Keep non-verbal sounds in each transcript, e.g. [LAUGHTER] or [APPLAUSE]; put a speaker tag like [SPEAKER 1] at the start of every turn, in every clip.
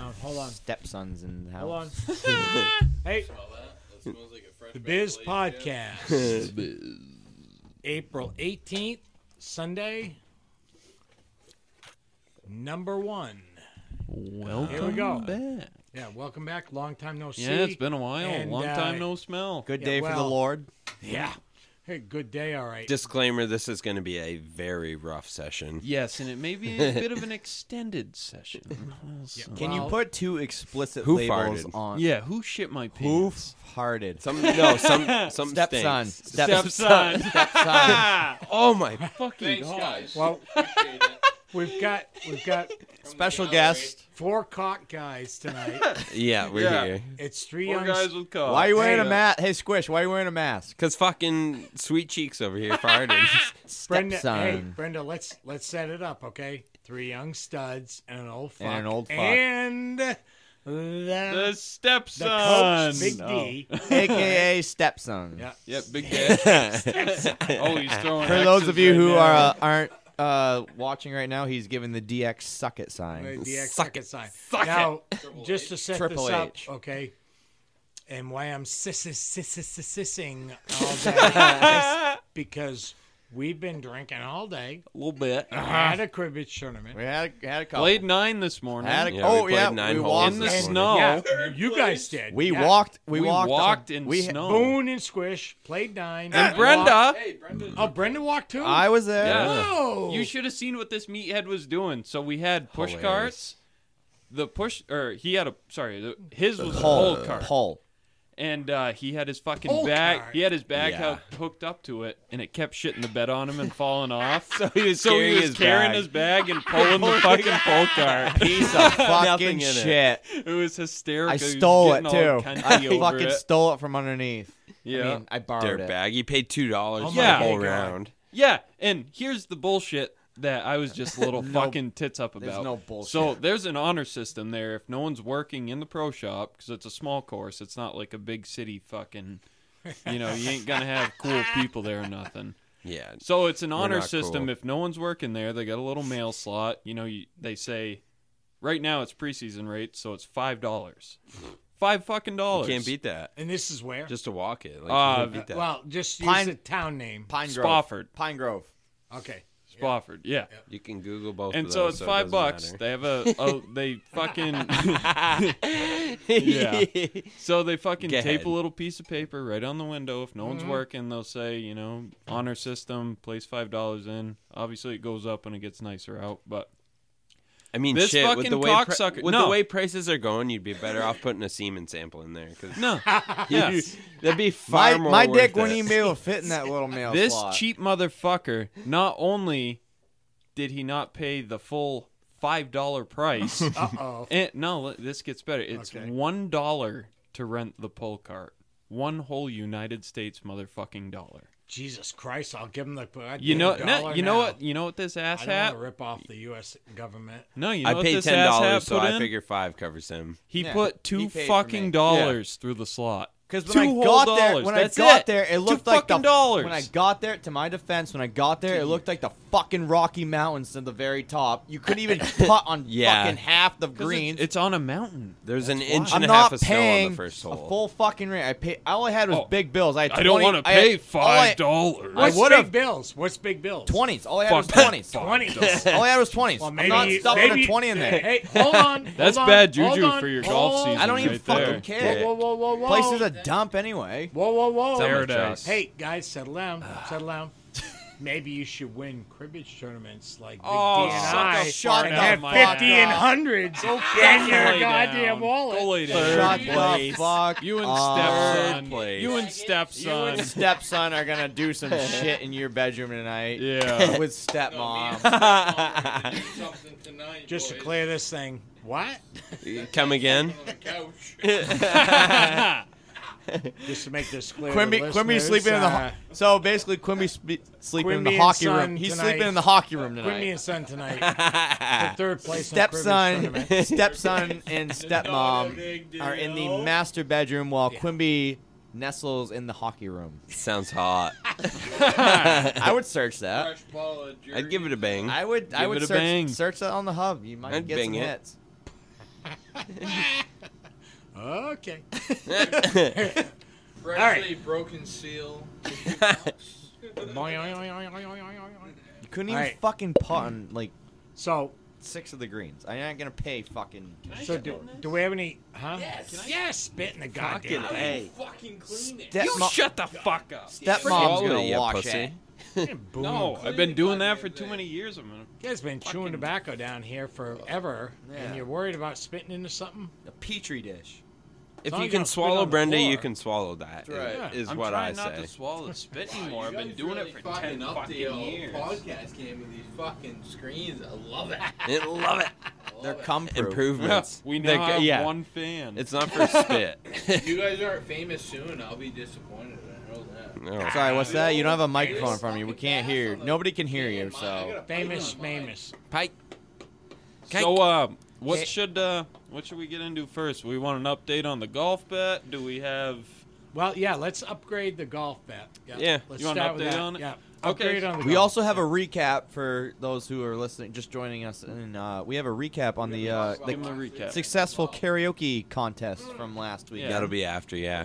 [SPEAKER 1] on.
[SPEAKER 2] stepson's in the house.
[SPEAKER 3] [LAUGHS]
[SPEAKER 1] Hold on. hey, the Biz Podcast,
[SPEAKER 3] [LAUGHS]
[SPEAKER 1] April 18th, Sunday, number one.
[SPEAKER 3] Welcome
[SPEAKER 1] Here we go.
[SPEAKER 3] back.
[SPEAKER 1] Yeah, welcome back. Long time no see.
[SPEAKER 3] Yeah, it's been a while.
[SPEAKER 1] and,
[SPEAKER 3] Long time
[SPEAKER 1] uh,
[SPEAKER 3] no smell.
[SPEAKER 2] Good
[SPEAKER 1] Yeah,
[SPEAKER 2] day for the
[SPEAKER 1] well-
[SPEAKER 2] Lord.
[SPEAKER 1] Yeah. Hey, good day, all right.
[SPEAKER 4] Disclaimer: This is going to be a very rough session.
[SPEAKER 3] Yes, and it may be a bit of an
[SPEAKER 2] [LAUGHS]
[SPEAKER 3] extended session. Also.
[SPEAKER 2] Can you
[SPEAKER 1] Well-
[SPEAKER 2] put two explicit
[SPEAKER 4] Who
[SPEAKER 2] labels
[SPEAKER 4] farted?
[SPEAKER 2] on?
[SPEAKER 3] Yeah, who shit my
[SPEAKER 2] Who
[SPEAKER 3] [LAUGHS] pants?
[SPEAKER 2] farted?
[SPEAKER 4] Some no, some some
[SPEAKER 2] Stepson.
[SPEAKER 4] stinks.
[SPEAKER 2] Stepson.
[SPEAKER 3] Stepson.
[SPEAKER 2] Stepson.
[SPEAKER 4] Oh my!
[SPEAKER 3] Fucking God.
[SPEAKER 1] Well, we've got we've got
[SPEAKER 2] [LAUGHS] [LAUGHS] Special guest.
[SPEAKER 1] four cock guys tonight.
[SPEAKER 3] [LAUGHS]
[SPEAKER 4] Yeah, we're
[SPEAKER 3] Yeah.
[SPEAKER 4] here.
[SPEAKER 1] It's three
[SPEAKER 3] Four
[SPEAKER 1] young
[SPEAKER 3] guys with cars.
[SPEAKER 2] Why are you wearing a
[SPEAKER 1] Hey, uh,
[SPEAKER 2] mask? Hey, Squish, why are you wearing a mask?
[SPEAKER 4] [LAUGHS] Cause fucking sweet cheeks over here farted.
[SPEAKER 1] Brenda, hey,
[SPEAKER 2] Stepson.
[SPEAKER 1] Brenda, let's let's set it up, okay? Three young studs and an old fuck.
[SPEAKER 2] And an old fuck.
[SPEAKER 1] And the,
[SPEAKER 3] The
[SPEAKER 1] the,
[SPEAKER 3] stepson.
[SPEAKER 1] Coke's [LAUGHS] Big D.
[SPEAKER 2] AKA Stepson.
[SPEAKER 1] Yeah.
[SPEAKER 3] Yep,
[SPEAKER 4] [LAUGHS]
[SPEAKER 3] big dad. oh, he's throwing.
[SPEAKER 2] For those
[SPEAKER 3] X's
[SPEAKER 2] of you
[SPEAKER 3] right
[SPEAKER 2] who
[SPEAKER 3] now.
[SPEAKER 2] are, uh, aren't uh, watching right now, he's giving the DX suck it
[SPEAKER 1] The
[SPEAKER 2] [LAUGHS] sign.
[SPEAKER 1] DX
[SPEAKER 4] Suck
[SPEAKER 1] suck
[SPEAKER 4] it.
[SPEAKER 1] sign.
[SPEAKER 4] Suck
[SPEAKER 1] now, just to set
[SPEAKER 2] Triple
[SPEAKER 1] this up,
[SPEAKER 2] H.
[SPEAKER 1] okay? And why I'm sissis- sissing
[SPEAKER 2] [LAUGHS]
[SPEAKER 1] all day is because we've been drinking all day
[SPEAKER 3] a little bit.
[SPEAKER 2] Ah,
[SPEAKER 1] at a cribbage tournament.
[SPEAKER 2] Uh-huh. We had a, had a couple.
[SPEAKER 3] Played nine this morning.
[SPEAKER 2] Had a,
[SPEAKER 4] Yeah, we
[SPEAKER 2] oh
[SPEAKER 4] played
[SPEAKER 2] yeah,
[SPEAKER 4] nine
[SPEAKER 2] we
[SPEAKER 4] holes
[SPEAKER 2] walked.
[SPEAKER 3] in the
[SPEAKER 2] and-
[SPEAKER 3] snow.
[SPEAKER 1] Yeah, you guys did.
[SPEAKER 2] we
[SPEAKER 1] yeah.
[SPEAKER 2] walked. We,
[SPEAKER 3] We
[SPEAKER 2] walked.
[SPEAKER 3] walked in
[SPEAKER 2] we,
[SPEAKER 3] snow.
[SPEAKER 1] Boone and Squish played nine. walked-
[SPEAKER 4] and Brenda,
[SPEAKER 1] Oh, Brenda walked too?
[SPEAKER 2] I was there.
[SPEAKER 3] Yeah.
[SPEAKER 1] Oh.
[SPEAKER 3] You should have seen what this meathead was doing. So we had push
[SPEAKER 4] Hilarious.
[SPEAKER 3] carts. The push, or he had a sorry, the, his was a
[SPEAKER 2] Paul.
[SPEAKER 3] pole cart,
[SPEAKER 2] Paul.
[SPEAKER 3] and uh, he had his fucking
[SPEAKER 1] Pole
[SPEAKER 3] bag.
[SPEAKER 1] cart.
[SPEAKER 3] He had his bag
[SPEAKER 4] Yeah.
[SPEAKER 3] hook- hooked up to it, and it kept shitting the bed on him and falling
[SPEAKER 4] [LAUGHS]
[SPEAKER 3] off. so
[SPEAKER 4] he was
[SPEAKER 3] so he
[SPEAKER 4] carrying
[SPEAKER 3] was
[SPEAKER 4] his
[SPEAKER 3] carrying
[SPEAKER 4] bag.
[SPEAKER 3] his bag and
[SPEAKER 4] [LAUGHS]
[SPEAKER 3] pulling the fucking pole cart.
[SPEAKER 2] Piece of
[SPEAKER 4] Nothing
[SPEAKER 2] fucking
[SPEAKER 4] in it.
[SPEAKER 2] shit.
[SPEAKER 3] It was hysterical.
[SPEAKER 2] I
[SPEAKER 3] He was
[SPEAKER 2] stole it
[SPEAKER 3] getting
[SPEAKER 2] too.
[SPEAKER 3] all
[SPEAKER 2] I
[SPEAKER 3] cunty over
[SPEAKER 2] fucking
[SPEAKER 3] it.
[SPEAKER 2] stole it from underneath.
[SPEAKER 3] Yeah.
[SPEAKER 2] I mean, I borrowed it.
[SPEAKER 4] dirtbag. He paid two dollars
[SPEAKER 1] Oh
[SPEAKER 4] for
[SPEAKER 1] my
[SPEAKER 4] the whole
[SPEAKER 1] God.
[SPEAKER 4] round.
[SPEAKER 3] Yeah, and here's the bullshit that I was
[SPEAKER 2] [LAUGHS]
[SPEAKER 3] just little fucking tits up about.
[SPEAKER 2] there's no bullshit.
[SPEAKER 3] So there's an honor system there. If no one's working in the pro shop, because it's a small course, it's not like a big city fucking. You know, you ain't gonna have cool people there or nothing.
[SPEAKER 4] Yeah,
[SPEAKER 3] So it's an honor
[SPEAKER 4] not
[SPEAKER 3] system.
[SPEAKER 4] cool.
[SPEAKER 3] If no one's working there, they got a little mail slot. You know, you, they say, right now it's preseason rate, so it's five dollars. Five fucking dollars.
[SPEAKER 4] can't beat that.
[SPEAKER 1] And this is where?
[SPEAKER 4] Just to walk it. Like,
[SPEAKER 3] Uh,
[SPEAKER 4] you can't beat that.
[SPEAKER 1] Well, just use
[SPEAKER 2] Pine-
[SPEAKER 1] the town name.
[SPEAKER 2] Pine Grove.
[SPEAKER 3] Spofford.
[SPEAKER 2] Pine Grove.
[SPEAKER 3] [LAUGHS]
[SPEAKER 1] Okay.
[SPEAKER 3] Spofford. Yeah.
[SPEAKER 4] you can Google both.
[SPEAKER 3] and
[SPEAKER 4] of
[SPEAKER 3] so
[SPEAKER 4] those,
[SPEAKER 3] it's
[SPEAKER 4] it
[SPEAKER 3] five
[SPEAKER 4] doesn't
[SPEAKER 3] bucks.
[SPEAKER 4] matter.
[SPEAKER 3] They have a, a they
[SPEAKER 4] [LAUGHS]
[SPEAKER 3] fucking yeah. So they fucking
[SPEAKER 4] Go
[SPEAKER 3] tape
[SPEAKER 4] ahead.
[SPEAKER 3] a little piece of paper right on the window. If no one's working, they'll say you know honor system, place five dollars in. Obviously, it goes up and it gets nicer out, but
[SPEAKER 4] I mean,
[SPEAKER 3] This
[SPEAKER 4] shit.
[SPEAKER 3] fucking
[SPEAKER 4] with the way
[SPEAKER 3] cocksucker-
[SPEAKER 4] with
[SPEAKER 3] no.
[SPEAKER 4] the way prices are going, you'd be better off putting a semen sample in there. Cause
[SPEAKER 3] [LAUGHS]
[SPEAKER 4] [LAUGHS]
[SPEAKER 3] no, yes.
[SPEAKER 4] that'd be far
[SPEAKER 2] My,
[SPEAKER 4] more.
[SPEAKER 2] my
[SPEAKER 4] worth
[SPEAKER 2] dick
[SPEAKER 4] it.
[SPEAKER 2] wouldn't even be able to fit in that little mail
[SPEAKER 3] this
[SPEAKER 2] slot.
[SPEAKER 3] cheap motherfucker. Not only did he not pay the full five
[SPEAKER 1] [LAUGHS]
[SPEAKER 3] dollar price,
[SPEAKER 1] Uh oh.
[SPEAKER 3] and, no, li- this gets better. It's
[SPEAKER 1] Okay.
[SPEAKER 3] one dollar to rent the pole cart. One whole United States motherfucking dollar.
[SPEAKER 1] Jesus Christ! I'll give him the. I'd
[SPEAKER 3] You
[SPEAKER 1] give
[SPEAKER 3] know,
[SPEAKER 1] him a
[SPEAKER 3] no,
[SPEAKER 1] dollar
[SPEAKER 3] you know
[SPEAKER 1] now.
[SPEAKER 3] what, you know what this
[SPEAKER 1] I don't want to
[SPEAKER 3] asshat.
[SPEAKER 1] rip off the U.S. government.
[SPEAKER 3] No, you know
[SPEAKER 4] I
[SPEAKER 3] what
[SPEAKER 4] paid
[SPEAKER 3] this
[SPEAKER 4] ten
[SPEAKER 3] asshat
[SPEAKER 4] dollars, so
[SPEAKER 3] put
[SPEAKER 4] I
[SPEAKER 3] in?
[SPEAKER 4] figure five covers him.
[SPEAKER 3] He
[SPEAKER 2] Yeah,
[SPEAKER 3] put
[SPEAKER 2] he
[SPEAKER 3] two
[SPEAKER 2] paid for me.
[SPEAKER 3] fucking dollars through the slot.
[SPEAKER 2] Because
[SPEAKER 3] two
[SPEAKER 2] when I
[SPEAKER 3] whole
[SPEAKER 2] got there,
[SPEAKER 3] dollars,
[SPEAKER 2] when I
[SPEAKER 3] that's
[SPEAKER 2] got
[SPEAKER 3] it.
[SPEAKER 2] there, it
[SPEAKER 3] Two
[SPEAKER 2] looked like the
[SPEAKER 3] fucking dollars.
[SPEAKER 2] when I got there. To my defense, when I got there, it looked like the fucking Rocky Mountains to the very top. You couldn't
[SPEAKER 3] [LAUGHS]
[SPEAKER 2] even putt on
[SPEAKER 4] Yeah.
[SPEAKER 2] fucking half the
[SPEAKER 3] 'Cause
[SPEAKER 2] green.
[SPEAKER 3] It's, it's on a mountain.
[SPEAKER 4] There's an inch
[SPEAKER 2] I'm
[SPEAKER 4] and a half
[SPEAKER 2] not
[SPEAKER 4] of snow
[SPEAKER 2] paying
[SPEAKER 4] on the first
[SPEAKER 2] a
[SPEAKER 4] hole.
[SPEAKER 2] full fucking ring. I paid. I only had was
[SPEAKER 3] Oh.
[SPEAKER 2] big bills. I, had 20,
[SPEAKER 3] I don't want to pay five
[SPEAKER 2] I
[SPEAKER 3] dollars.
[SPEAKER 1] What's
[SPEAKER 2] would
[SPEAKER 1] big
[SPEAKER 2] have-
[SPEAKER 1] bills? What's big bills?
[SPEAKER 2] Twenties. All I had
[SPEAKER 3] Fuck
[SPEAKER 2] was
[SPEAKER 3] that.
[SPEAKER 2] twenties. All
[SPEAKER 1] Twenty.
[SPEAKER 2] I had was twenties.
[SPEAKER 1] well,
[SPEAKER 2] I'm
[SPEAKER 1] maybe.
[SPEAKER 2] not stuffing
[SPEAKER 1] maybe-
[SPEAKER 2] a twenty in there.
[SPEAKER 1] Hey, hold on. hold
[SPEAKER 3] [LAUGHS] That's
[SPEAKER 1] on,
[SPEAKER 3] bad juju
[SPEAKER 1] hold on,
[SPEAKER 3] for your golf
[SPEAKER 1] hold on.
[SPEAKER 3] season.
[SPEAKER 2] I don't even
[SPEAKER 3] right
[SPEAKER 2] fucking
[SPEAKER 3] there.
[SPEAKER 2] care.
[SPEAKER 1] Whoa, whoa, whoa, whoa!
[SPEAKER 2] Place is a dump anyway.
[SPEAKER 1] Whoa, whoa, whoa!
[SPEAKER 4] It's on my
[SPEAKER 3] Paradise.
[SPEAKER 4] truck.
[SPEAKER 1] Hey guys, settle down, settle down. [LAUGHS] Maybe you should win cribbage tournaments like Big
[SPEAKER 3] Oh,
[SPEAKER 1] D and
[SPEAKER 3] suck
[SPEAKER 1] I.
[SPEAKER 3] a fart
[SPEAKER 2] and
[SPEAKER 3] out
[SPEAKER 2] have
[SPEAKER 3] of my
[SPEAKER 1] 50
[SPEAKER 3] ass.
[SPEAKER 1] and hundreds in
[SPEAKER 3] Fucking
[SPEAKER 1] your
[SPEAKER 3] lay
[SPEAKER 1] goddamn
[SPEAKER 3] down.
[SPEAKER 1] wallet.
[SPEAKER 3] Go lay down.
[SPEAKER 2] Shut
[SPEAKER 3] Third
[SPEAKER 2] the
[SPEAKER 3] place.
[SPEAKER 2] fuck.
[SPEAKER 3] You and
[SPEAKER 2] up.
[SPEAKER 3] stepson.
[SPEAKER 4] place.
[SPEAKER 3] You and [LAUGHS] stepson.
[SPEAKER 2] stepson are gonna do some shit in your bedroom tonight. Uh, [LAUGHS]
[SPEAKER 3] Yeah.
[SPEAKER 2] With
[SPEAKER 3] [LAUGHS]
[SPEAKER 2] stepmom.
[SPEAKER 4] [LAUGHS]
[SPEAKER 1] Just to clear this thing. What?
[SPEAKER 3] [LAUGHS]
[SPEAKER 4] Come again?
[SPEAKER 1] Just to make this clear. to
[SPEAKER 2] Quimby,
[SPEAKER 1] the
[SPEAKER 2] Quimby's
[SPEAKER 1] listeners,
[SPEAKER 2] sleeping in the.
[SPEAKER 1] uh,
[SPEAKER 2] ho- So basically, Quimby's spe- sleeping in
[SPEAKER 1] Quimby
[SPEAKER 2] the
[SPEAKER 1] and
[SPEAKER 2] hockey
[SPEAKER 1] son
[SPEAKER 2] room. He's
[SPEAKER 1] tonight.
[SPEAKER 2] sleeping in the hockey room
[SPEAKER 1] Quimby
[SPEAKER 2] tonight.
[SPEAKER 1] and son
[SPEAKER 3] [LAUGHS]
[SPEAKER 1] tonight. the third place in the
[SPEAKER 2] Stepson,
[SPEAKER 1] cribbage tournament.
[SPEAKER 2] stepson, and stepmom are in the master bedroom while Quimby nestles in the hockey room.
[SPEAKER 4] Sounds hot.
[SPEAKER 2] I would search that.
[SPEAKER 4] I'd give it a bang.
[SPEAKER 2] I would. I
[SPEAKER 3] Give
[SPEAKER 2] would
[SPEAKER 3] it a
[SPEAKER 2] search,
[SPEAKER 3] bang.
[SPEAKER 2] search that on the hub. You might
[SPEAKER 4] I'd
[SPEAKER 2] get some
[SPEAKER 4] bang it.
[SPEAKER 2] hits.
[SPEAKER 1] Okay.
[SPEAKER 5] Right.
[SPEAKER 1] [LAUGHS] All
[SPEAKER 5] after the broken seal.
[SPEAKER 2] Couldn't even
[SPEAKER 1] Alright.
[SPEAKER 2] fucking putt on like
[SPEAKER 1] So,
[SPEAKER 2] six of the greens. I'm not gonna pay fucking.
[SPEAKER 1] so do, do we have any? Huh?
[SPEAKER 5] Yes.
[SPEAKER 1] Yes. Spit in the
[SPEAKER 4] Fucking
[SPEAKER 1] goddamn. thing.
[SPEAKER 4] A.
[SPEAKER 5] Fucking clean it.
[SPEAKER 2] Step-
[SPEAKER 3] You
[SPEAKER 2] mo-
[SPEAKER 3] shut the fuck up.
[SPEAKER 2] Stepmom's
[SPEAKER 4] Swallow
[SPEAKER 2] gonna
[SPEAKER 4] it, you
[SPEAKER 2] wash
[SPEAKER 4] pussy.
[SPEAKER 2] it.
[SPEAKER 1] Boom.
[SPEAKER 3] No,
[SPEAKER 1] You
[SPEAKER 3] I've been doing that for too many years. I'm gonna.
[SPEAKER 1] guys been chewing
[SPEAKER 3] Fucking-
[SPEAKER 1] tobacco down here forever,
[SPEAKER 2] Yeah.
[SPEAKER 1] and you're worried about spitting into something?
[SPEAKER 2] A petri dish.
[SPEAKER 4] If
[SPEAKER 1] long as
[SPEAKER 4] you
[SPEAKER 1] you
[SPEAKER 4] can
[SPEAKER 1] don't spit on
[SPEAKER 4] swallow
[SPEAKER 1] the
[SPEAKER 4] Brenda, you
[SPEAKER 1] floor.
[SPEAKER 4] can swallow that.
[SPEAKER 5] That's right.
[SPEAKER 4] Is
[SPEAKER 3] I'm
[SPEAKER 4] what I
[SPEAKER 3] trying not
[SPEAKER 4] say.
[SPEAKER 3] to swallow the spit
[SPEAKER 5] Wow,
[SPEAKER 3] anymore. I've
[SPEAKER 5] [LAUGHS] you
[SPEAKER 3] been
[SPEAKER 5] guys
[SPEAKER 3] doing
[SPEAKER 5] really
[SPEAKER 3] it for ten
[SPEAKER 5] up
[SPEAKER 3] fucking
[SPEAKER 5] the old
[SPEAKER 3] years.
[SPEAKER 5] Podcast game with these fucking screens. I love that.
[SPEAKER 4] I love it.
[SPEAKER 3] Oh,
[SPEAKER 5] I
[SPEAKER 2] They're
[SPEAKER 5] love it.
[SPEAKER 2] cum proof.
[SPEAKER 4] Improvements.
[SPEAKER 3] [LAUGHS] we
[SPEAKER 4] They
[SPEAKER 3] now
[SPEAKER 4] ca-
[SPEAKER 3] have
[SPEAKER 4] yeah.
[SPEAKER 3] one fan.
[SPEAKER 4] It's not for spit.
[SPEAKER 5] [LAUGHS] If you guys aren't famous soon, I'll be disappointed. I know that.
[SPEAKER 4] No.
[SPEAKER 2] Sorry, what's that? You don't have
[SPEAKER 3] Ah.
[SPEAKER 2] a microphone in
[SPEAKER 5] Greatest
[SPEAKER 2] front of you. We
[SPEAKER 5] fucking
[SPEAKER 2] can't
[SPEAKER 5] gas
[SPEAKER 2] hear.
[SPEAKER 5] on the-
[SPEAKER 2] Nobody can hear
[SPEAKER 5] Yeah,
[SPEAKER 2] you.
[SPEAKER 5] mine- I got
[SPEAKER 2] So
[SPEAKER 5] a pipe
[SPEAKER 1] Famous,
[SPEAKER 5] on mine.
[SPEAKER 1] famous.
[SPEAKER 4] Pike.
[SPEAKER 3] so, uh, what
[SPEAKER 2] Cake.
[SPEAKER 3] should uh, what should we get into first? We want an update on the golf bet. Do we have?
[SPEAKER 1] Well, yeah. Let's upgrade the golf bet.
[SPEAKER 4] Yeah.
[SPEAKER 1] Let's
[SPEAKER 3] You want an
[SPEAKER 1] start with
[SPEAKER 3] update
[SPEAKER 1] that.
[SPEAKER 3] on it?
[SPEAKER 1] Yeah.
[SPEAKER 3] Okay.
[SPEAKER 1] Upgrade on the.
[SPEAKER 2] we
[SPEAKER 1] golf.
[SPEAKER 2] also have a recap for those who are listening, just joining us, and uh, we have a recap on the uh,
[SPEAKER 3] Give him a
[SPEAKER 2] the
[SPEAKER 3] recap.
[SPEAKER 2] successful karaoke contest from last week.
[SPEAKER 3] Yeah.
[SPEAKER 4] That'll be after,
[SPEAKER 3] Oh
[SPEAKER 1] Oh
[SPEAKER 4] yeah.